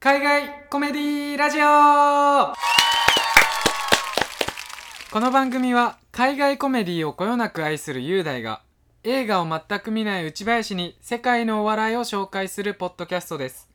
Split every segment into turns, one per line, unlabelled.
海外コメディラジオこの番組は海外コメディをこよなく愛する雄大が映画を全く見ない内林に世界のお笑いを紹介するポッドキャストです、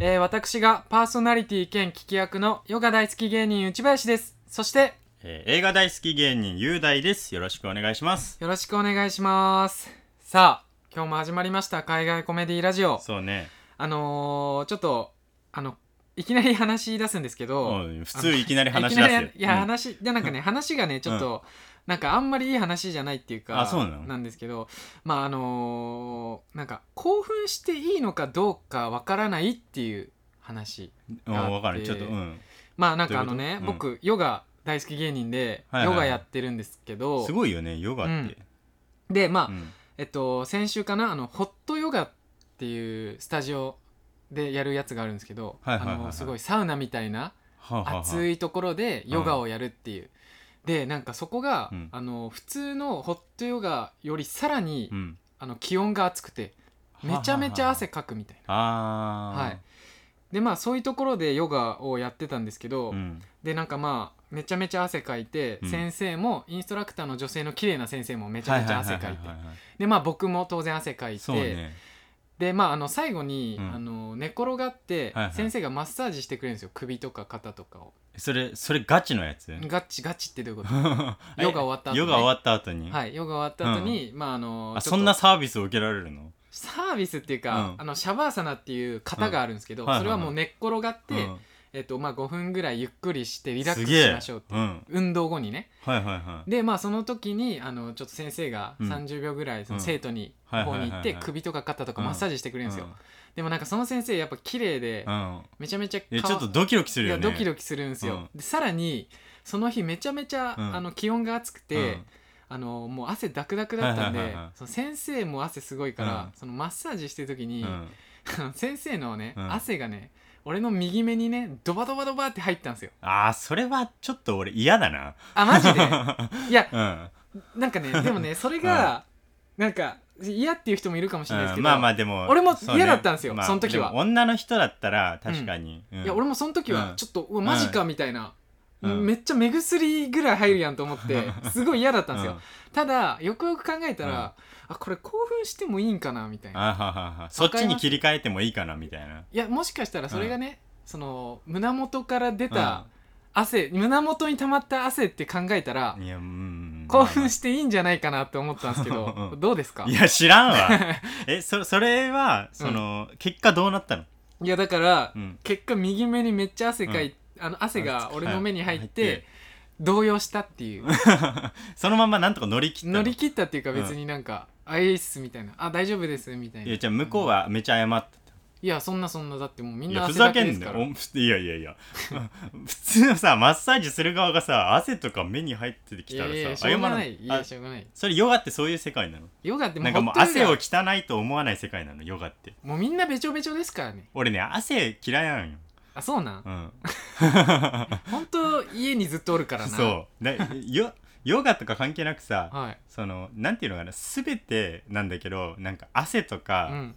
えー私がパーソナリティ兼聞き役のヨガ大好き芸人内林ですそして
えー映画大好き芸人雄大ですよろしくお願いします
よろしくお願いしますさあ今日も始まりました海外コメディラジオ
そうね、
あのーちょっとあのいきなり話し出すんですけど、
うん、普通いきなり話し出す
い
よ
きなりいや、
うん
話でなんかね話がねちょっと、なんかあんまりいい話じゃないっていうか
あそうなの
んですけどまああのーなんか興奮していいのかどうかわからないっていう話
うんわか
あっ
る
て
ちょっとうん
まあなんかあのね
どういうこと
僕ヨガ大好き芸人で、
はいはい
ヨ
は
ガ
い
やってるんですけど
すごいよねヨガって、
でまあ、
うん
えっと先週かなあのホットヨガっていうスタジオでやるやつがあるんですけど、
はいはいはいはい
あのすごいサウナみたいな
はあはあはあ
暑いところでヨガをやるっていう、でなんかそこが、
うん
あの普通のホットヨガよりさらに、
うん
あの気温が暑くてめちゃめちゃ汗かくみたいな。
ああ
はい、でまあそういうところでヨガをやってたんですけど、
うん、
でなんかまあめちゃめちゃ汗かいて、
うん
先生もインストラクターの女性の綺麗な先生もめちゃめちゃ汗かいて
ははははは
でまあ僕も当然汗かいて、
そうね
でまああの最後に、
うん
あの寝転がって、
はいはい
先生がマッサージしてくれるんですよ首とか肩とかを。
それそれガチのやつ
ガチガチってどういうこと
え
ヨガ終わった後ね
ヨガ終わった後に、
はい、ヨガ終わった後に、まああの
あ
ちょっと
そんなサービスを受けられるの
サービスっていうか、
うん
あのシャバーサナっていう型があるんですけど、
うんはい
そ
はい
れ
は
はいもう寝っ転がって、
うん
えっとまあ、5分ぐらいゆっくりしてリラック
す
ス
げえ
しましょうって
うん
運動後にね
はいはいはい
でまあその時にあのちょっと先生が
うん
30秒ぐらいその生徒に、
うんはい
方
はいはいは
に
い
行って首とか肩とかマッサージしてくれるんですよ、
うん
でもなんかその先生やっぱ綺麗で、
うん
めちゃめちゃ
え
顔
ちょっとドキドキする
い
よ
や
ね
ドキドキするんですよ、
うん
でさらにその日めちゃめちゃ、
うん
あの気温が暑くて、
うん
あのもう汗ダクダクだったんで、
はいはいはいはい
その先生も汗すごいから、
うん
そのマッサージしてる時に、
うん
先生のね、
うん
汗がね俺の右目にねドバドバドバって入ったんですよ
あーそれはちょっと俺嫌だな
あマジ でいや
うん
なんかねでもねそれが、なんか嫌っていう人もいるかもしれないです
う
け
ん
ど、
まあまあでも
俺も
そうね
嫌だったんですよその時は
でも女の人だったら確かに、うん
いや俺もその時は
うん
ちょっと、うわマジかみたいな、
うん
めっちゃ目薬ぐらい入るやんと思ってすごい嫌だったんですよ、
うん
ただよくよく考えたら、あこれ興奮してもいいんかなみたいな
あはははそっちに切り替えてもいいかなみたいない
やもしかしたらそれがね、その胸元から出た汗、胸元に溜まった汗って考えたら、
いやうん
興奮していいんじゃないかなって思ったんですけど、
う ん
どうですか
いや知らん わえそそれはその、結果どうなったの、
いやだから、
うん、
結果右目にめっちゃ汗かい、あの汗が俺の目に入って、
はい
動揺したっていう
そのままなんとか乗り切った
乗
の
り切ったっていうか別になんか「あいいっす」みたいな「あ大丈夫です」みたい
い
な
や
い
じゃあ向こうはめちゃ謝った
やそんなそんなだってもうみん
い
な
やふ
汗だ
ざ
け
け
で
ん
す
な
か
よ
ら
おふいやいやいや 普通さマッサージする側がさ汗とか目に入ってき
い
たら
や
さ
いやしょうがないい
あ
やしょうがない
それヨガってそういう世界なの
ヨガっても
な
うん
かもう
ホット
汗
ヨガ
を汚いと思わない世界なのヨガって
もうみんなべちょべちょですからね
俺ね汗嫌いなのよ
あそうなん
うん
本当家にずっとおるからな
そうだヨヨガとか関係なくさ
はい
そのなんていうのかな全てなんだけどなんか汗とか、
うん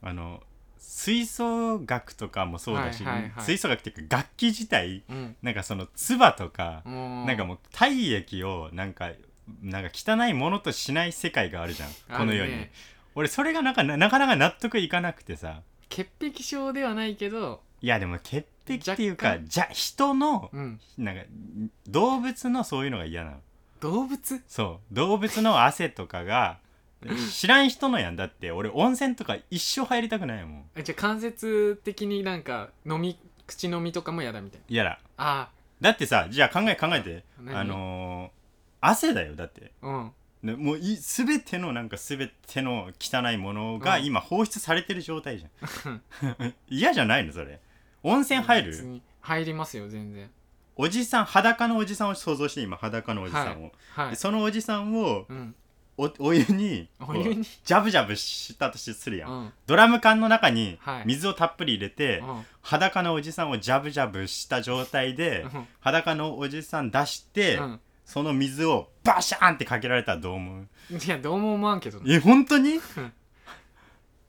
あの吹奏楽とかもそうだし、
はいはいはい
吹奏楽っていうか楽器自体
うん
なんかその唾とか、
もう
なんかもう体液をなんかなんか汚いものとしない世界があるじゃん
あ
この世に、
ね
俺それがなんかななかなか納得いかなくてさ
潔癖症ではないけど
いやでも潔癖っていうか
若
じゃ人の
うん
なんか動物のそういうのが嫌なの
動物
そう動物の汗と かが知らん人のやんだって俺温泉とか一生入りたくないもん
あじゃあ間接的になんか飲み口飲みとかもやだみたいな
嫌だ
あ
だってさじゃあ考え考えて
何
あのー汗だよだって
あうん
ねもうい全てのなんか全ての汚いものが
うん
今放出されてる状態じゃん 嫌じゃないのそれ温泉入
別
る
に入りますよ全然
おじさん裸のおじさんを想像して今裸のおじさんを、
は
で
い
そのおじさんを
うん
おお湯にこ
お
う
湯に
ジャブジャブしたとしするや、
うんん
ドラム缶の中に
はい
水をたっぷり入れて、
うん
裸のおじさんをジャブジャブした状態で、
うん
裸のおじさん出して、
うん
その水をバシャーンってかけられたらどう思う
いやどうも思わんけどない
え本当に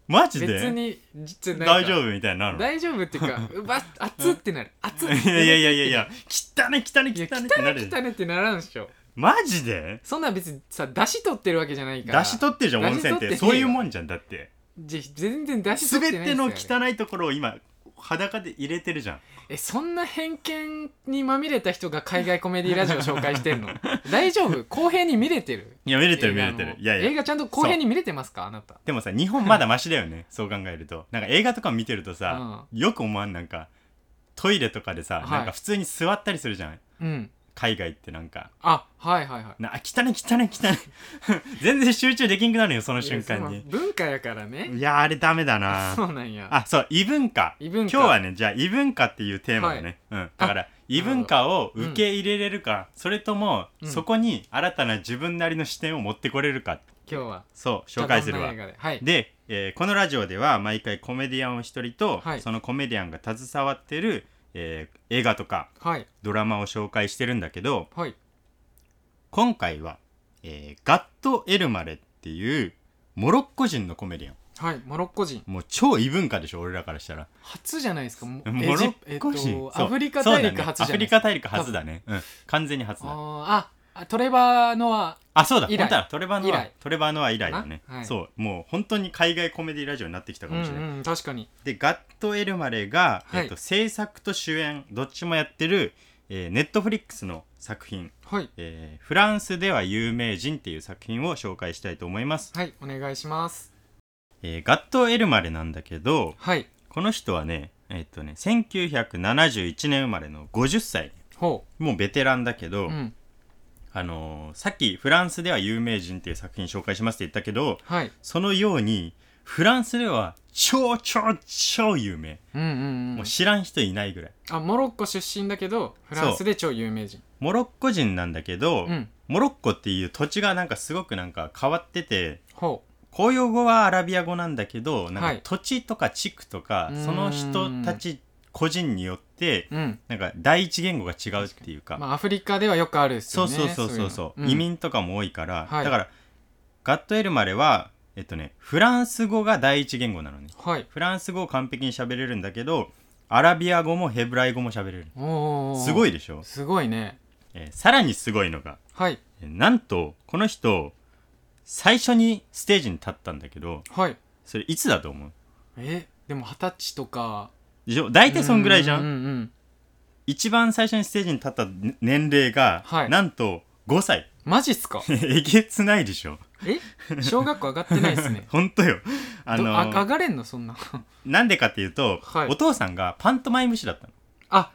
マジで
別に実はなん
大
か
丈夫みたいになるの
大丈夫っていうかうわ熱ってなる熱っ
いやいやいやいやいや汚ね汚ね
いや
汚
汚ね
ねってなる
汚ねってならんでしょ
マジで
そんなん別にさ出汁取ってるわけじゃないから
出し取ってるじゃん温泉っ
出汁
て
取
そう
ってねえよ
いうもんじゃんだって
じゃ全然出汁取っ
全
てない
ての
んですよあれ
汚いところを今裸で入れてるじゃん
えそんな偏見にまみれた人が海外コメディラジオ紹介してる の大丈夫公平に見れてる
いや見れてる見
映画
れ
の
てるいやい
映
や
画ちゃんと公平に見れてますかあなた
でもさ日本まだマシだよねそう考えるとなんか映画とか見てるとさ、よく思わんなんかトイレとかでさ、
はい
なんか普通に座ったりするじゃん
うん
海外ってなんか
あはいはいはい
なあ汚い汚い汚 い全然集中できんくなるよその瞬間
いや
に
その文化やからね
いやあれダメだな
そうなんや
あそう異文化
異文化
今日はねじゃあ異文化っていうテーマをね、うん、だから異文化を受け入れれるか、それとも、
うん
そこに新たな自分なりの視点を持ってこれるか
今日は
そう紹介する
じゃあ
わ
どんな映画ではい
で、えーこのラジオでは毎回コメディアンを一人と、
はい
そのコメディアンが携わってる、えー映画とか
はい
ドラマを紹介してるんだけど
はい
今回は、えーガット・エルマレっていうモロッコ人のコメディアン
はいモロッコ人
もう超異文化でしょ俺らからしたら
初じゃないですかも
モロッコ
エジ
人、
プえっ
そ
と
う
アフリカ大陸初
そう
じゃ
だねア
ないで
フリ
すか
カ大陸初だね、うん、完全に初だ
あーあトレバーのは
あそうだ
以来
本当はトレバーノ
以
ア
来
トレバーノア以来だね、
かなはい
そうもう本当に海外コメディラジオになってきた
う
か
ん
もしれない、
うん確かに
でガット・エルマレが、
はい
えっと制作と主演どっちもやってる、えネットフリックスの作品、
はい
えーフランスでは有名人」っていう作品を紹介したいと思います、
はいお願いします
えーガット・エルマレなんだけど
はい
この人はねえっとね1971年生まれの50歳
ほ
もうベテランだけど、
ううん
あのーさっきフランスでは有名人っていう作品紹介しますって言ったけど
はい
そのようにフランスでは超超超有名、
うんうんう
も
ん
う知らん人いないぐらい
あモロッコ出身だけどフランスで超有名人
モロッコ人なんだけど、
うん
モロッコっていう土地がなんかすごくなんか変わってて
ほ
公用語はアラビア語なんだけどな
はい
んか土地とか地区とか、
うーん
その人たち個人によって
ううん
なんか第一言語が違うっていうか
まあアフリカではよくあるです
そ
よ
う
ね
そうそうそうそう、
いの
移民とかも多いから、
はい
だからガットエルマレはえっとねフランス語が第一言語なのね
うんはい
フランス語を完璧に喋れるんだけどアラビア語もヘブライ語も喋れる
おお
すご
い
いでしょ、
すごいね
えーさらにすごいのが
はい
えーなんとこの人最初にステージに立ったんだけど
はい
それいつだと思う
えでも二十歳とか
でしょ大体そんぐらいじゃ
うん
ん
うんうん
一番最初にステージに立ったね年齢が、
はい
なんと5歳
マジっすか
えげつないでしょ
え小学校上がってないっすね
本当よあの
どあ上がれんのそんな
なんでかっていうと、
はい
お父さんがパントマイム師だったの
あ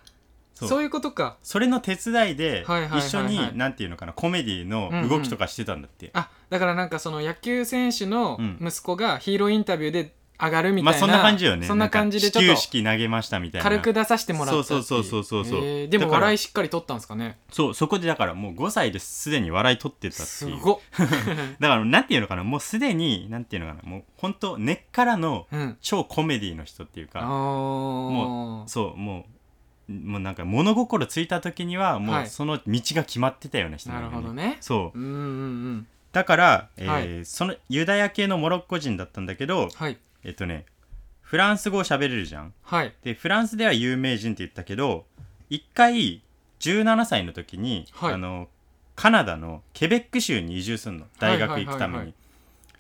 そ
そうういうことか
それの手伝いで、
はいはいはいはい
一緒になんていうのかなコメディの動きとかしてたんだって、
あだからなんかその野球選手の
うん
息子がヒーローインタビューで上がるみたいな、
まあそんな感じよね
そんな感じでち
なん
ょ
か
っ
始球式投げましたみ
と
たいな
軽く出させてもらったってい
そうそうそうそうそうそう
えーでも
だから
笑いしっかり取ったんですかね
そうそこでだからもう5歳ですでに笑い取ってたって
す
いう
ごっ
だからなんていうのかなもうすでになんていうのかなもう本当根っからの
うん
超コメディの人っていう
あ
か
も
そうもうもうなんか物心ついた時にはも
は
う
い
その道が決まってたような人
な
の
る
よ
ほどね
そう
うんうんうん
だから、えー
はい
そのユダヤ系のモロッコ人だったんだけど、
はい
えっとねフランス語を喋れるじゃん
はい
でフランスでは有名人って言ったけど一回17歳の時に、
はい
あのカナダのケベック州に移住するの大学行く
はいは
ために、
いはいはい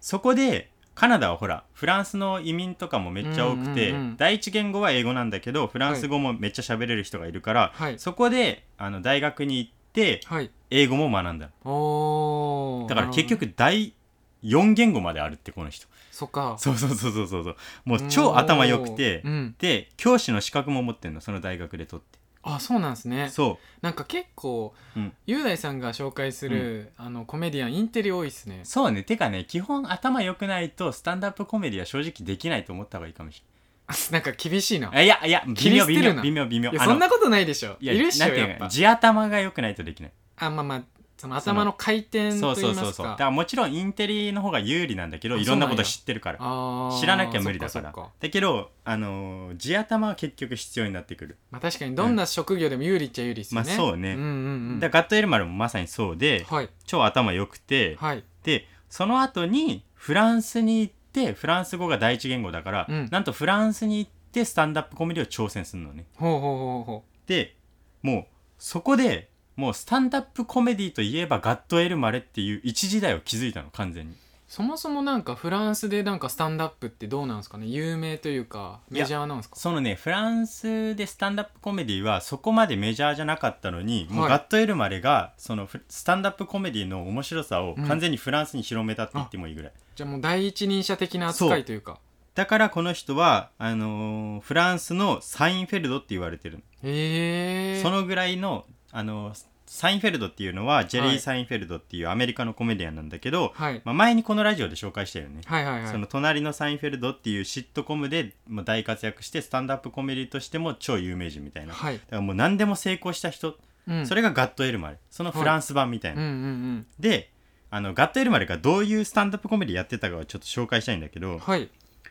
そこでカナダはほらフランスの移民とかもめっちゃ多くて、
うんうんうん
第一言語は英語なんだけどフランス語もめっちゃ喋れる人がいるから、
はい
そこであの大学に行って
はい
英語も学んだ
おー
だから結
なるほどね
局第4言語まであるってこの人
そっか
そうそうそうそうそうそうもう超頭良くて、
おーうん
で教師の資格も持ってるのその大学で取って。
あそうなんですね
そ
なんか結構
う、うん、
雄大さんが紹介する、あのコメディアンインテリ多いですね
そうねてかね基本頭良くないとスタンダップコメディは正直できないと思った方がいいかもし
なんか厳しいな
れないいやいや微妙
切り
微
捨てる
妙
な
微妙微妙
いや
あの
そんなことないでしょい
いや
るっし
な
ょ
んていうの
やっぱ
地頭が良くないとできない
あまあまあその頭の回転
そ
と言い
うそう
ま
そう
す
そうだ
か
からもちろんインテリの方が有利なんだけど
あ
いろんなこ
そうなんや
と知ってるから
あー
知らなきゃ無理だから
そっそっ
だけどあのー地頭は結局必要になってくる、
まあ、確かにどんな職業でも有利っちゃ有利ですよね、
まあそうね
んうんうん
だからガットエルマルもまさにそうで
はい
超頭良くて
はい
でその後にフランスに行っってフランス語が第一言語だから、
うん
なんとフランスに行ってスタンダップコメディを挑戦するのね
ほうほうほうほ
でもうそこでもうスタンダップコメディといえばガット・エルマレっていう一時代を築いたの完全に
うそもそもなんかフランスでなんかスタンダップってどうなんですかね有名というか
いや
メジャーなんですか
そのねフランスでスタンダップコメディはそこまでメジャーじゃなかったのに、も
は
う
い
ガット・エルマレがそのフスタンダップコメディの面白さを完全にフランスに広めたって言ってもいいぐらい、
じゃあもう第一人者的な扱いというか
だからこの人はあのーフランスのサインフェルドって言われてるの
へえ
そのぐらいの、あのーサインフェルドっていうのはジェリ
は
ー・
い
サインフェルドっていうアメリカのコメディアンなんだけど、
はい
まあ、前にこのラジオで紹介したよね、
はいはいはい
その隣のサインフェルドっていうシットコムでまあ大活躍してスタンダップコメディとしても超有名人みたいな、
はい
だからもう何でも成功した人、
うん
それがガット・エルマレそのフランス版みたい
うんう
な、
んうん
であのガット・エルマレがどういうスタンダップコメディやってたかをちょっと紹介したいんだけど、
はい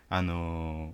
あのー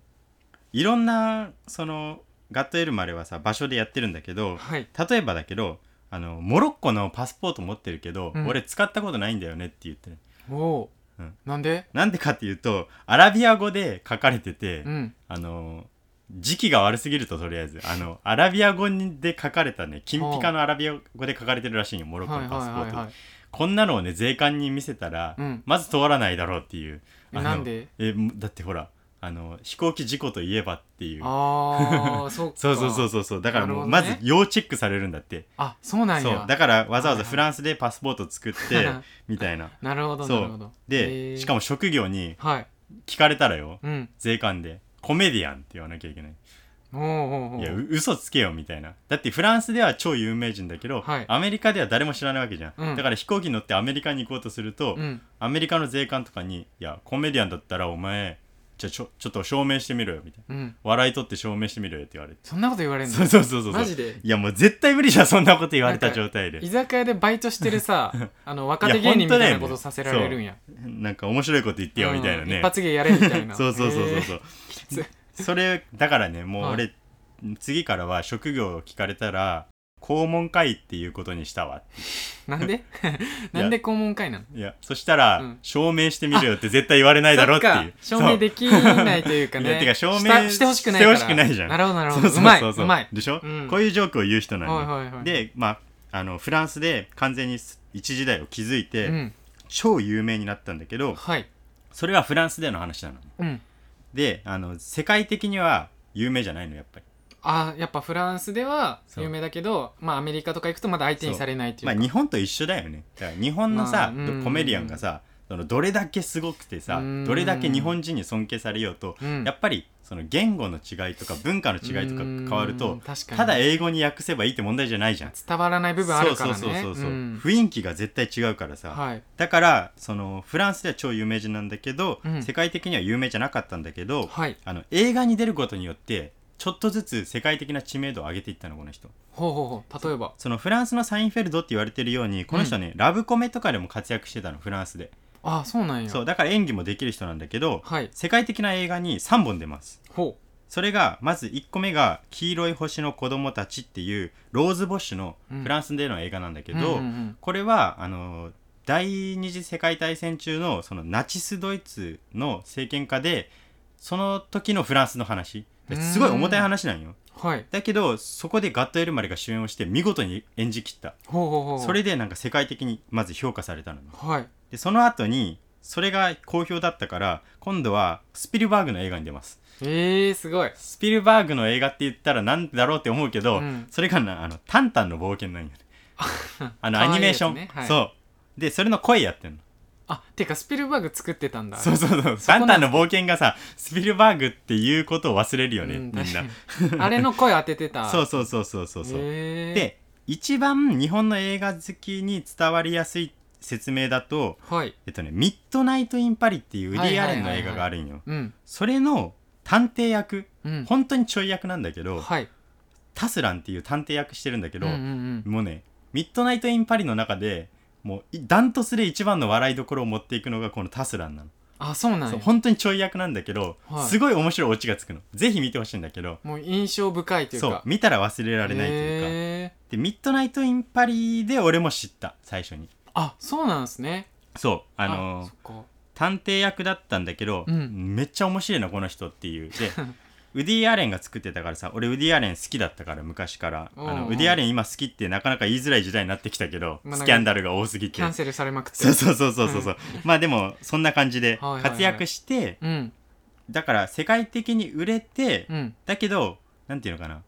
いろんなそのガット・エルマレはさ場所でやってるんだけど
はい
例えばだけどあのモロッコのパスポート持ってるけど、
うん
俺使ったことないんだよねって言ってる
おおー、
うん
なんで
なんでかっていうとアラビア語で書かれてて、
うん
あのー時期が悪すぎるととりあえずあのアラビア語にで書かれたね金ピカのアラビア語で書かれてるらしいよモロッコ
はい
の
は
パスポート、
いはいはい
こんなのをね税関に見せたら、
うん
まず通らないだろうっていう
え
あの
なんで
えもだってほらあの飛行機事故といえばっていう
ああ そうか
そうそうそうそうそうだからも
な
う、ま
るほど
ず
ね
要チェックされるんだって
あそうなん
そ
や
うだからわざわ
はいはい
ざフランスでパスポート作って みたいな
なるほど
そう
なるほど
でしか
も
も職業に
はい
聞かれたらよ
うん
税関でコメディアンって言わなきゃいけない
おーおーおー
いやう嘘つけよみたいなだってフランスでは超有名人だけど、
はい
アメリカでは誰も知らないわけじゃん、
うん
だから飛行機乗ってアメリカに行こうとすると、
うん
アメリカの税関とかに「いやコメディアンだったらお前じゃあちょちょっと証明してみろよ」みたいな
うん
「笑い取って証明してみろよ」って言われて
そんなこと言われるの
そうそうそうそう
マジで
いやもう絶対無理じゃんそんなこと言われた
なんか
状態で
居酒屋でバイトしてる さあの若手芸人みたいなことさせられるんや
なんか面白いこと言ってよみたいな
うん
ね
一、発芸やれみたいな
そうそうそうそう
へ
そ
ー
う
きつい
それだからねもう
はい
俺、次からは職業を聞かれたら肛門会っていうことにしたわ
なん でなんで肛門会なの
いやそしたら、
うん
証明してみるよって絶対言われないだろうっていう
そっか証明できないというか
い
ね
やてか証明
したしてほしくないから
してほしくないじゃん
なるほどなる
そう
ほ
そ
ど
うそう
うまい
そう
うまい
でしょ、
うん
こういうジョークを言う人なのよ、
はいはいはい
でまああのフランスで完全に一時代を築いうて、
ん
超有名になったんだけど
はい
それはフランスでの話なの
うん
であの世界的には有名じゃないのやっぱり
あやっぱフランスでは
そう
有名だけどまあアメリカとか行くとまだ相手にされないっていう
まあ
か
日本と一緒だよねだから日本のさ、
まあうん
コメディアンがさそのどれだけすごくてさ
うん
どれだけ日本人に尊敬されようと、
うん
やっぱりその言語の違いとか文化の違いとか変わる
う
と
ん確かに
ただ英語に訳せばいいって問題じゃないじゃん。
伝わらない部分あるからね
そうそうそうそう、
ん
雰囲気が絶対違うからさ、
はい
だからそのフランスでは超有名人なんだけど、
うん
世界的には有名じゃなかったんだけど、
はい
あの映画に出ることによってちょっとずつ世界的な知名度を上げていったのこの人
ほうほうほう例えば
そのフランスのサインフェルドって言われてるようにこの人ね、ラブコメとかでも活躍してたのフランスで
あそうなんや
そうだから演技もできる人なんだけど、
はい
世界的な映画に3本出ます
ほ
それがまず1個目が「黄色い星の子供たち」っていうローズ・ボッシュのフランスでの映画なんだ
う
けど、
うんうんうん
これはあの第二次世界大戦中のそのナチスドイツの政権下でその時のフランスの話
うん
すごい重たい話なんよ
はい
だけどそこでガット・エルマレが主演をして見事に演じきった
ほうほうほう
それでなんか世界的にまず評価されたのね
はい
でその後にそれが好評だったから今度はスピルバーグの映画に出ます
えー、すごい
スピルバーグの映画って言ったらなんだろうって思うけど、
うん
それがなあの「タンタンの冒険」なん よねあの
可愛い
アニメーション、
やつねはい
そうでそれの声やってんの
あてかスピルバーグ作ってたんだ
そうそうそう。
そこな
サ
ん
ンタの冒険がさ、スピルバーグっていうことを忘れるよね、
うん
みんな。
確かにあれの声当ててた
そうそうそうそうそうそう。
へー
で、一番日本の映画好きに伝わりやすい説明だと、
はい
えっとね、ミッドナイト・イン・パリっていうウデ
はい
ィ・
は
ア
いはいはい
レンの映画があるんよ。
うん
それの探偵役、
うん
本当にちょい役なんだけど、
はい
タスランっていう探偵役してるんだけど、
うんうん
もうね、ミッドナイト・イン・パリの中で、もうダントツで一番の笑いどころを持っていくのがこのタスランなの。
あそうなん
そ
や
う本当にちょい役なんだけど、
はい
すごい面白いオチがつくのぜひ見てほしいんだけど
もう印象深いというか
そう見たら忘れられないというか、
へ
でミッドナイト・イン・パリで俺も知った最初
ー
に
あそうなんですね
そうあのー
そっか
探偵役だったんだけど、
うん
めっちゃ面白いなこの人っていう でウディ・アレンが作ってたからさ俺ウディ・アレン好きだったから昔からあ
おうお
の
う
ウディ・アレン今好きってなかなか言いづらい時代になってきたけど
まあなんか
スキャンダルが多すぎ
キ
て
ャンセルされまくって
そうそうそうそうそうそうまあでもそんな感じで
はいはいはい
活躍して、
うん
だから世界的に売れて、
うん
だけどなんていうのかな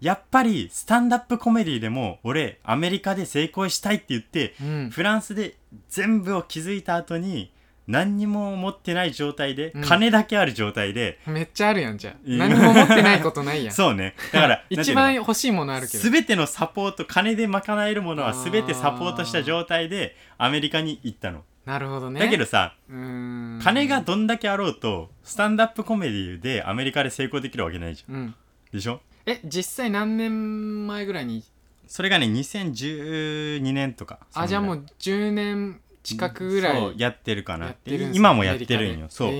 やっぱりスタンダップコメディでも俺アメリカで成功したいって言って
うん
フランスで全部を築いた後に何にも持ってない状態で、
うん
金だけある状態で
めっちゃあるやんじゃあ
いや
何も持ってないことないやん
そうねだから
一番
なんていうの
欲しいものあるけど
全てのサポート金で賄えるものは全てサポートした状態でアメリカに行ったの、
なるほどね
だけどさ
うーん
金がどんだけあろうとスタンダップコメディでアメリカで成功できるわけないじゃ
うん
んでしょ
え実際何年前ぐらいに
それがね2012年とか
あじゃあも
う
う10年近くぐらい
そうやってるかな
や
っ
ってて
い
る
うん今もやってるんよそう
へ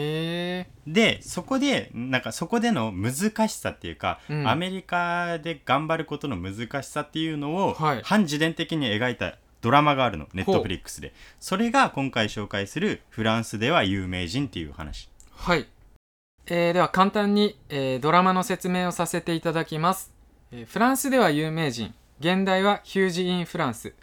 え
でそこでなんかそこでの難しさっていうか、
うん
アメリカで頑張ることの難しさっていうのを、
はい
半自伝的に描いたドラマがあるのネットフリックスでそれが今回紹介する「フランスでは有名人」っていう話
はい、えーでは簡単に、えードラマの説明をさせていただきます、えーフランスでは有名人現代はヒュージ・イン・フランス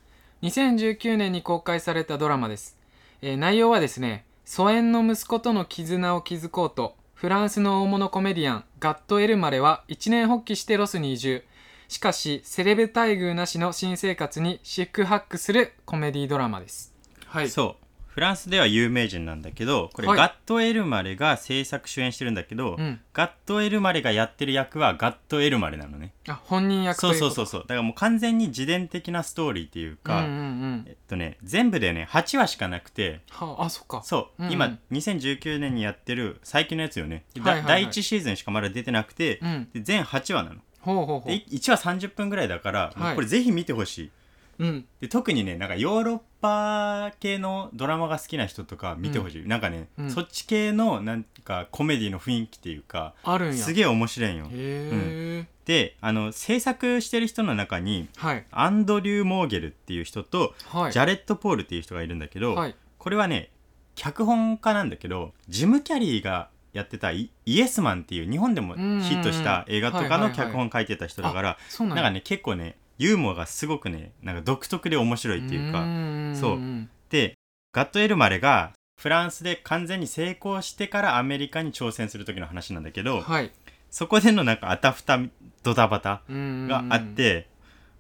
2019年に公開されたドラマです、えー内容はですね疎遠の息子との絆を築こうとフランスの大物コメディアンガット・エルマレは一年発起してロスに移住しかしセレブ待遇なしの新生活にシックハックするコメディドラマですはい
そうフランスでは有名人なんだけどこれ、
はい
ガット・エルマレが制作主演してるんだけど、
うん、
ガット・エルマレがやってる役はガット・エルマレなのね
あ本人役と
そ
いううこ
そ
と
うそうそうだからもう完全に自伝的なストーリーっていう
う
か、
んうんうん
えっとね全部でね8話しかなくて
はああそっか
そ
う
う、
んうん
今2019年にやってる最近のやつよね、だ
はいはいはい
第1シーズンしかまだ出てなくて、
うん、
で全8話なの
ほうほうほ
で1話30分ぐらいだから、
はい、
これぜひ見てほしいう
うん、
で特にねなんかヨーロッパ系のドラマが好きな人とか見てほしい、なんかね、
うん
そっち系のなんかコメディの雰囲気っていうか
あるんや
す
え
げえ面白いんよ
へえ、
であの制作してる人の中に
はい
アンドリュー・モーゲルっていう人と、
はい
ジャレット・ポールっていう人がいるんだけど、
はい
これはね脚本家なんだけどジム・キャリーがやってたイ「イエスマン」っていう日本でもヒットした映画とか
うんうんうん
の
はいはいはい
脚本書いてた人だから
そうなん
なんかね結構ねユーモアがすごくねなんか独特で面白いっていう
ー
か
ん
そうんでガット・エルマレがフランスで完全に成功してからアメリカに挑戦する時の話なんだけど、
はい
そこでのなんかあたふたドタバタ
うんうんうん
があって、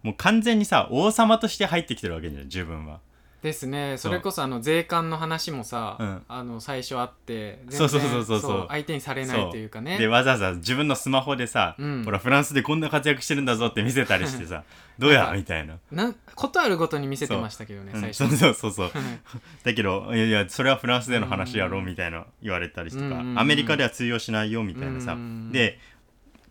もう完全にさ王様として入ってきてるわけじゃん自分は。
ですね
そ
そうれこそあの税関の話もさ、
うん
あの最初あって全然
そうそうそうそうそう
相手にされないというかね
でわざわざ自分のスマホでさ、
うん
ほらフランスでこんな活躍してるんだぞって見せた りしてさどうやみたいな、
なんことあるごとに見せてましたけどね
うん
最
そう
初
そうそうそう
はい
だけどいやいやそれはフランスでの話やろ
うん
みたいな言われたりと
うん
か、
うんうん
アメリカでは通用しないよみたいなさ、
うん
で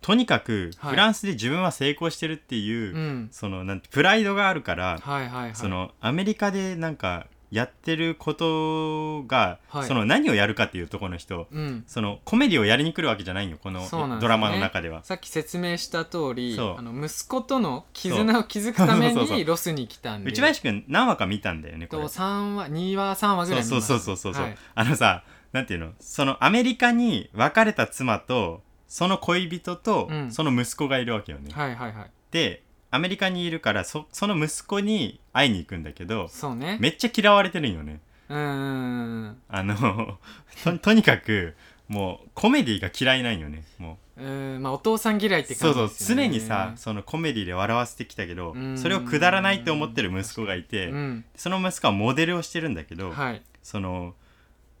とにかく
はい
フランスで自分は成功してるっていう、
うん
そのなんてプライドがあるから、
はいはいはい
そのアメリカでなんかやってることが、
はい
その何をやるかっていうところの人
うん
そのコメディをやりに来るわけじゃないよこの
そうなんですね
ドラマの中では。
さっき説明した通り
そう
あの息子との絆を築くため
そうそうそうそ
に
う
ロスに来たんで
内林くん何話か見たんだよねこ
と
れ
3話2話3話ぐら
そう
い見
そ
ま
う
した
そうそうそうそう、
はい
あのさなんていうのそのアメリカに別れた妻とその恋人と、
うん
その息子がいるわけよね、
はいはいはい
でアメリカにいるからそその息子に会いに行くんだけど
そうね
めっちゃ嫌われてるんよね
うんうん
あのと とにかくもうコメディが嫌いなんよねも
うんうんまあお父さん嫌いっ
う
て感
そう
じ
そう
ですよね
常にさそのコメディで笑わせてきたけど
うん
それをくだらないって思ってる息子がいて
うん
その息子はモデルをしてるんだけど、
はい
その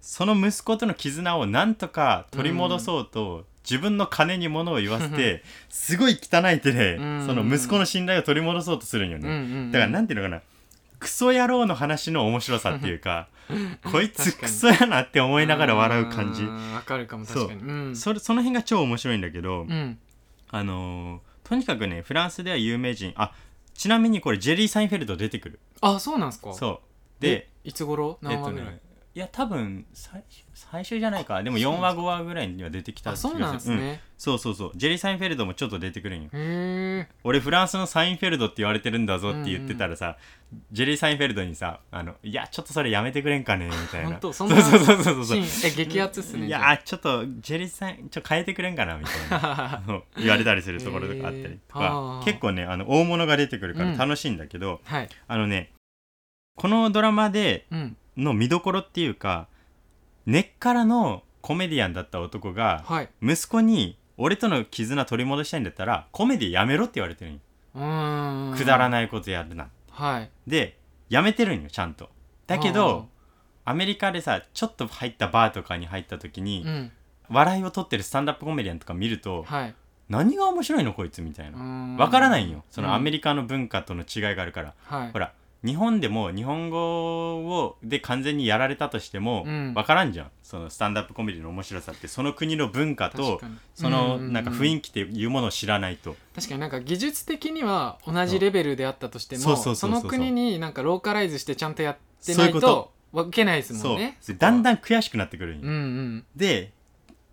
その息子との絆をなんとか取り戻そうと、自分の金に物を言わせてすごい汚い手で、
うん
その息子の信頼を取り戻そうとするんよ
うん
ね、
うんうん
だからなんていうのかなクソ野郎の話の面白さっていうかこい
確
つ
か
ク
に
ソやなって思いながら笑う感
う
じ
んわかるかも確かにうん
それその辺が超面白いんだけど、
うん
あのーとにかくねフランスでは有名人あちなみにこれジェリー・サインフェルド出てくる
あそうなんすかう
そうで
いつ頃
えっ
何
と
話ぐら
ね
い
いや多分最最初じゃないかでも4話5話ぐらいには出てきた
あそうなんですね、
うんそうそうそうジェリー・サインフェルドもちょっと出てくるんよ
へえ
俺フランスのサインフェルドって言われてるんだぞって言ってたらさ、ジェリー・サインフェルドにさ「あのいやちょっとそれやめてくれんかね」みたいな
本当そ
そ
ん
う
な
そうそうそ
シ
うそう
ーンえ激アツっすね
い
じゃあ
やちょっとジェリー・サインちょっと変えてくれんかなみたいな あの言われたりするところとかあったりと
へー
か
あ、ー
結構ねあの大物が出てくるか
うん
ら楽しいんだけど、
はい、
あのねこのドラマで
うん、
の見どころっていうか根っからのコメディアンだった男が
はい、
息子に俺との絆取り戻したいんだったらコメディやめろって言われてるんよ
うーん、
くだら
い、
ないことやるな
はい、
でやめてるんよちゃんとだけどアメリカでさちょっと入ったバーとかに入った時
あ
に
ー、うん、
笑いを取ってるスタンダップコメディアンとか見ると
はい、
何が面白いのこいつみたいな
わ
わからないんよそ
うん
のアメリカの文化との違いがあるから
はい、
ほら日本でも日本語をで完全にやられたとしても
うん
わからんじゃん、そのスタンダップコメディの面白さってその国の文化
確
と
かに
そ
うん
の
うんうん
なんか雰囲気っていうものを知らないと
確かになんか技術的には同じレベルであったとしても
そうそうそうそうそう
の国になんかローカライズしてちゃんとやって
そ
な
う
いいう
こと
分けないです
そ
も
うん
ね
でだんだ
ん
ん悔しくなってくるんよ
うんうん
で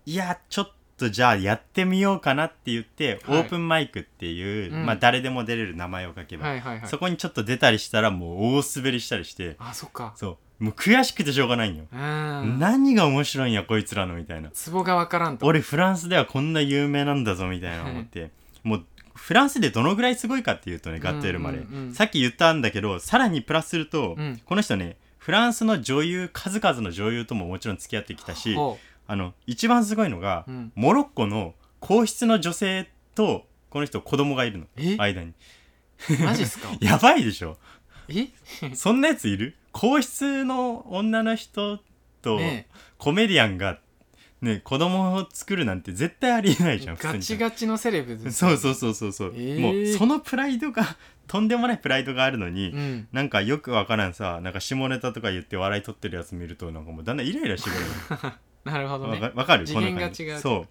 いやちょっとじゃあやってみようかなって言って、
はい
オープンマイクっていう、
うん
まあ、誰でも出れる名前を書けば、
はいはいはい
そこにちょっと出たりしたらもう大滑りしたりして
あそっか
そうもう悔しくてしょうがないんよ、
うん
何が面白いんやこいつらのみたいな
ツボが分からんと
俺フランスではこんな有名なんだぞみたいな思って、もうフランスでどのぐらいすごいかっていうとねガットエルマレー、
うんうんうん
さっき言ったんだけどさらにプラスすると、
うん
この人ねフランスの女優数々の女優とももちろん付き合ってきたし
ほ
あの一番すごいのが、
ううん
モロッコの皇室の女性とこの人子供がいるの
え
間に
マジっすか
やばいでしょ
え
そんなやついる皇室の女の人と
ね
コメディアンがね子供を作るなんて絶対ありえないじゃん普通
ガ
に
チガチのセレブです
そうそうそうそうそう、
えー
もうそのプライドがとんでもないプライドがあるのに、
うん
なんかよくわからんさなんか下ネタとか言って笑い取ってるやつ見るとなんかもうだんだんイライラしてく
なるほ
る
ど
わか
ね
わかる
次元が
こんな感じ
違う
そう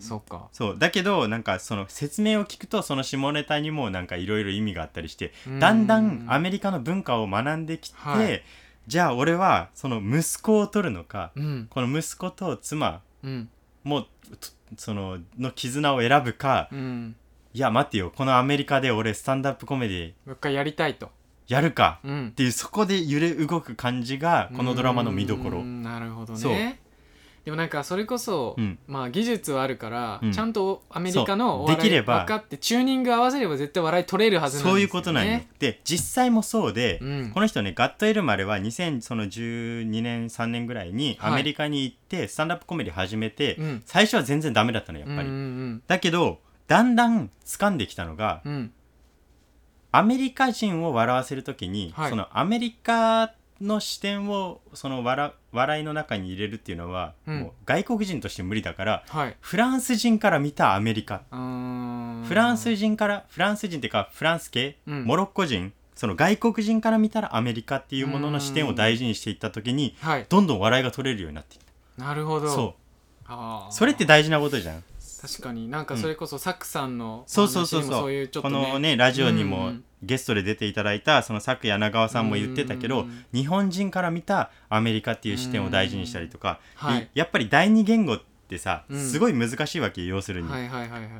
そっか
そうだけどなんかその説明を聞くとその下ネタにもなんかいろいろ意味があったりして
うん
だんだんアメリカの文化を学んできて、
はい
じゃあ俺はその息子を取るのか
うん
この息子と妻
うん
もとそのの絆を選ぶか
うん
いや待てよこのアメリカで俺スタンダップコメディ
もう一回やりたいと
やるか
う
っ
ん
ていうそこで揺れ動く感じがこのドラマの見どこ
う
ろ
んなるほど
そう
ねでもなんかそれこそ、
うん
まあ技術はあるから、
うん
ちゃんとアメリカのお
そ
笑
う
い
できれば
分かってチューニング合わせれば絶対笑い取れるはずなんですよ、ね、
そういうことなんよで実際もそうで
うん
この人ねガットエルマレは2012年3年ぐらいに
はい
アメリカに行ってスタンダップコメディ始めて
うん
最初は全然ダメだったのやっ
う
ぱ
ん
り
うん
だけどだんだん掴んできたのが
うんうん
アメリカ人を笑わせるときに
はい
そのアメリカの視点をその笑笑いの中に入れるっていうのは
うん
もう外国人として無理だから
はい
フランス人から見たアメリカ
うーん
フランス人からフランス人っていうかフランス系、
うん
モロッコ人その外国人から見たらアメリカっていうものの視点
う
を
ん
大事にしていった時に
はい
どんどん笑いが取れるようになっていっ
なるほ
た
ど
そ
あー
うそれって大事なことじゃん
確かになんかそれこそサクさんの
そうそうそう
お話にも
そう
そういうちょっ、
こと
ね、
のねラジオに
う
も
ん
ゲストで出ていただいたその佐久柳川さんも言ってた
う
けど
ん
日本人から見たアメリカっていう視点を大事にしたりとか、
うんはい
いやっぱり第二言語ってさ
うん
すごい難しいわけよ要するに、
はいはいはいはい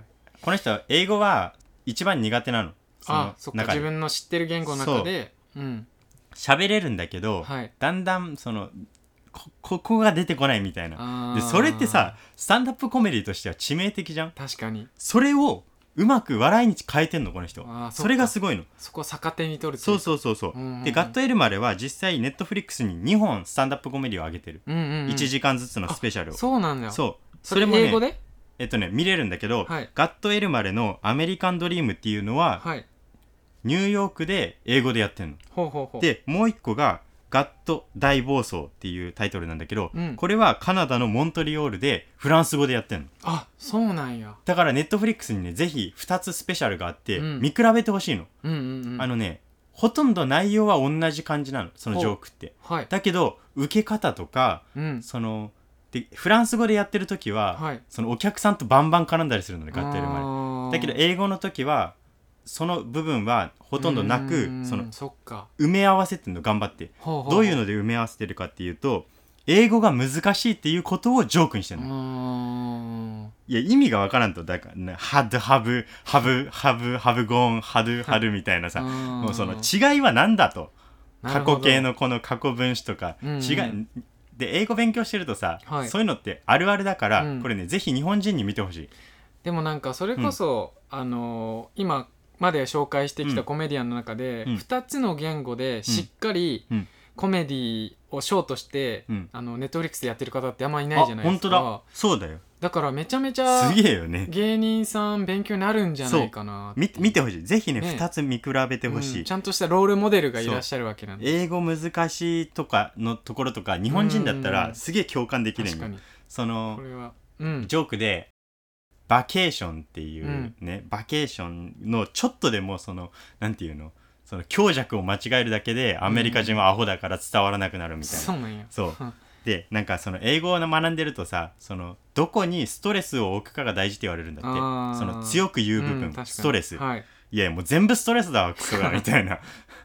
この人は英語は一番苦手なのその
あそっか
中
自
で
分の知ってる言語の中でうん
喋れるんだけど、
はい
だんだんそのこここが出てこないみたいな
あー
でそれってさスタンダップコメディとしては致命的じゃん
確かに
それをうまく笑いに変えてんのこの人
あーそっか
それがすごいの
そこを逆手に取るとい
そううそうそうそう
うんうんうん
でガットエルマレは実際ネットフリックスに2本スタンダップコメディを上げてる、
うんうんうん、
1時間ずつのスペシャルを
そうなんだよ
そう
そ
それ
れ
も
英
ね
語で
えっとね見れるんだけど、
はい
ガットエルマレの「アメリカンドリーム」っていうのは、
はい
ニューヨークで英語でやってんの
ほうほうほう
でもう一個が「ガット大暴走」っていうタイトルなんだけど、
うん
これはカナダのモントリオールでフランス語でやってんの
あそうなんや
だからネットフリックスにねぜひ2つスペシャルがあって、
うん
見比べてほしいの、
うんうんうん
あのねほとんど内容は同じ感じなのそのジョークって
はい
だけど受け方とか
うん
そのでフランス語でやってる時は、
はい
そのお客さんとバンバン絡んだりするのねガッテルマ
あー
だけど英語の時はその部分はほとんどな
うー
く
ん
その
そっか
埋め合わせてるの頑張って
ほほ
どういうので埋め合わせてるかっていうと英語が難しいっていうことをジョークにして
う
る
ー
の、
ん
いや意味がわからんとだからね「ハドハブハブハブハブゴーンハドハル」みたいなさも
も
うその違いは何だと過去形
の
のこの過去分詞とか
うんうん
違いで英語勉強してるとさ、
はい
そういうのってあるあるだから、
うん
これねぜひ日本人に見てほしい
でもなんかそれこそ、あのー今まで紹介してきた
うん
コメディアンの中で、
うん
2つの言語でしっかり
うん
コメディをショーとして、
うん
あのネットフリックスでやってる方ってあんまいないじゃないですか
あ本当だそうだよ
だからめちゃめちゃ
すげえよね
芸人さん勉強になるんじゃないかな
見て見
て
てほしいぜひね
ね
2つ見比べてほしい、
ちゃんとしたロールモデルがいらっしゃるわけなんで
英語難しいとかのところとか日本人だった
うん
らすげえ共感できる
確
ん
か
よ
に
その
これはうん
ジョークでバケーションっていうね、バケーションのちょっとでもそのなんていうのその強弱を間違えるだけでアメリカ人はアホだから伝わらなくなるみたいな、
そうなんや
そうでなんかその英語を学んでるとさそのどこにストレスを置くかが大事って言われるんだって
あー
その強く言う部分、
ん確かに
ストレス、
はい
い、やもう全部ストレスだわクソがみた いな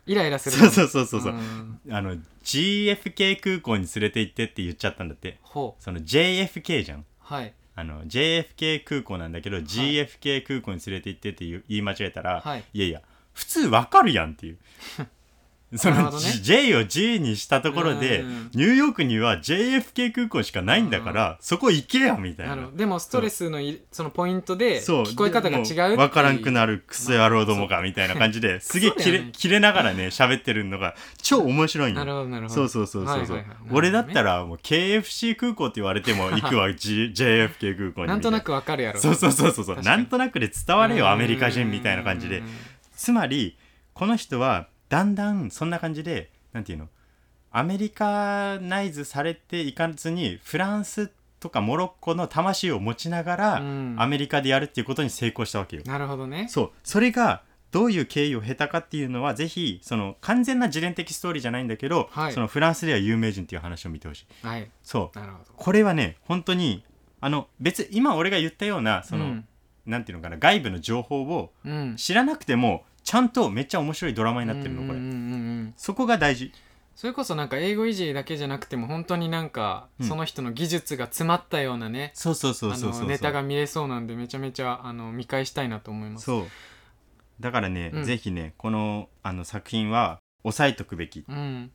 イライラする
そうそうそうそうそううんあの GFK 空港に連れて行ってって言っちゃったんだって
ほう
その JFK じゃん
はい
あの JFK 空港なんだけど、GFK 空港に連れて行ってって言う言い間違えたら、
はい
やいや普通わかるやんっ ていうそ
なる
の、
ほどね
J を G にしたところで
うん
ニューヨークには JFK 空港しかないんだからそこ行けやみたい
な
な
るほどでもストレスのいそのポイントで
そう
聞こえ方が違うっていう
分からんくなるクソ野郎どもがみたいな感じですげ え
そうだ
切
よね
れ切れながらね喋ってるのが超面白いんよ
なるほどなるほど
そうそうそうそうそう、
はいはいはいなるほどね
俺だったらもう KFC 空港って言われても行 くわ、G、JFK 空港に
なんとな
く
くわかるやろ
そうそうそうそうそう
確か
な
に
んとなくで伝われよアメリカ人みたいな感じで
うん
つまりこの人はだんだんそんな感じでなんていうのアメリカナイズされていかずにフランスとかモロッコの魂を持ちながら、
うん
アメリカでやるっていうことに成功したわけよ。
なるほどね
そうそれがどういう経緯を経たかっていうのはぜひその完全な自伝的ストーリーじゃないんだけど、
はい
そのフランスでは有名人っていう話を見てほしい
はい
そう
なるほど
これはね本当にあの別今俺が言ったようなその、
うん
なんていうのかな外部の情報を
うん
知らなくてもちゃんとめっちゃ面白いドラマになってるのこ
うん
れ
うんうんうん
そこが大事
それこそなんか英語維持だけじゃなくても本当になんか
うん
その人の技術が詰まったようなね、
そうそうそう
あ
そう
の
そう
ネタが見れそうなんでめちゃめちゃあの見返したいなと思います
そうだからね、
うん
ぜひねこのあの作品は押さえとくべき
うん、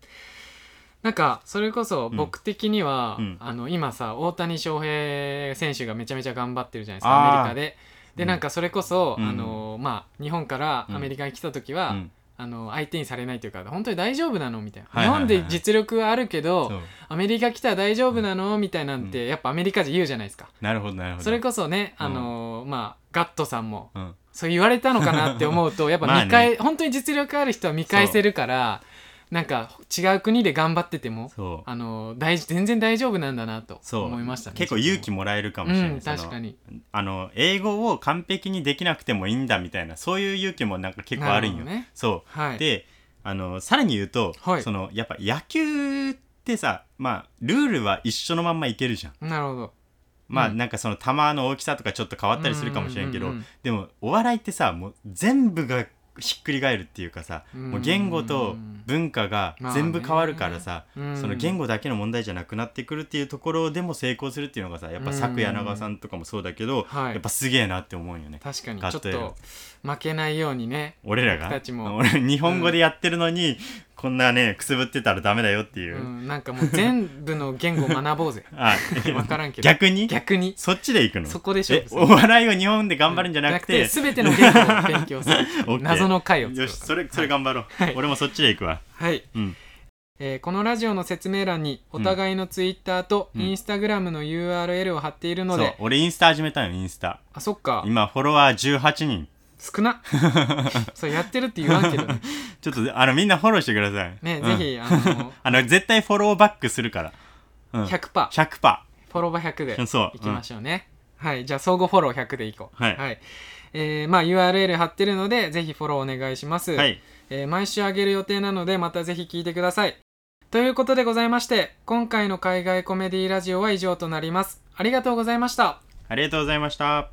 なんかそれこそ
うん
僕的には、
うん
あの今さ大谷翔平選手がめちゃめちゃ頑張ってるじゃないです
あ
か
ー
アメリカで。で
うん
なんかそれこそ、
うん
あのまあ、日本からアメリカに来た時は、
うん
あの相手にされないというか本当に大丈夫なのみたいな、
はいはいはい
日本で実力はあるけど
そう
アメリカ来たら大丈夫なのみたいなんて、やっぱアメリカ人言うじゃないですか
なるほどなるほど
それこそね、あのまあ、ガットさんも
うん
そう言われたのかなって思う とやっぱ
まあね
見返、本当に実力ある人は見返せるからなんか違う国で頑張ってても
そう
あの大事全然大丈夫なんだなと
そう
思いましたね
結構勇気もらえるか
か
もしれない、
うん、
その
確かに
あの英語を完璧にできなくてもいいんだみたいなそういう勇気もなんか結構あるん
な
よ
ほどね
そう、
はい、
であのさらに言うと、
はい
そのやっぱ野球ってさまあルールは一緒のまんまいけるじゃん
なるほど
まあ、
うん
なんかその球の大きさとかちょっと変わったりするかもしれんけど、
うんうんうんうん
でもお笑いってさもう全部がひっくり返るっていうかさ、
うん
もう言語と文化が全部変わるからさ、
まあね
その言語だけの問題じゃなくなってくるっていうところでも成功するっていうのがさやっぱ作
う
や
ん
長さんとかもそうだけど、
はい
やっぱすげえなって思うよね。
確かにちょ
ガ
っ
ットや
と負けないようにね
俺らが
僕たちも
俺日本語でやってるのに、こんなねくすぶってたらダメだよっていうう、
ん、なんかもう全部の言語を学ぼう ぜ
あ
分からんけど
逆に
逆に
そっちで行くの
そこで勝
え
負する
お 笑いを日本で頑張るんじゃなくて、
全ての言語を勉強す
オッ
る
ケー
謎の回を作ろ
よ
う
しそれそれ頑張ろう、
はい
俺もそっちで行くわ
はい
うん
えーこのラジオの説明欄にお互いのツイッターと
うん
インスタグラムの URL を貼っている
そ
の
う
で、
俺インスタ始めたよインスタ
あそっか
今フォロワー18人
少 なそうやってるって言わんけどね
ちょっとあのみんなフォローしてください
ね
うん
ぜひあの
あの絶対フォローバックするから、うん、100%,
100%フォロワー100で
そう
いきましょうね、はいじゃあ相互フォロー100でいこう
はい
えーまあ、URL 貼ってるのでぜひフォローお願いします、
はい
えー毎週あげる予定なのでまたぜひ聞いてくださいということでございまして今回の海外コメディラジオは以上となりますありがとうございました
ありがとうございました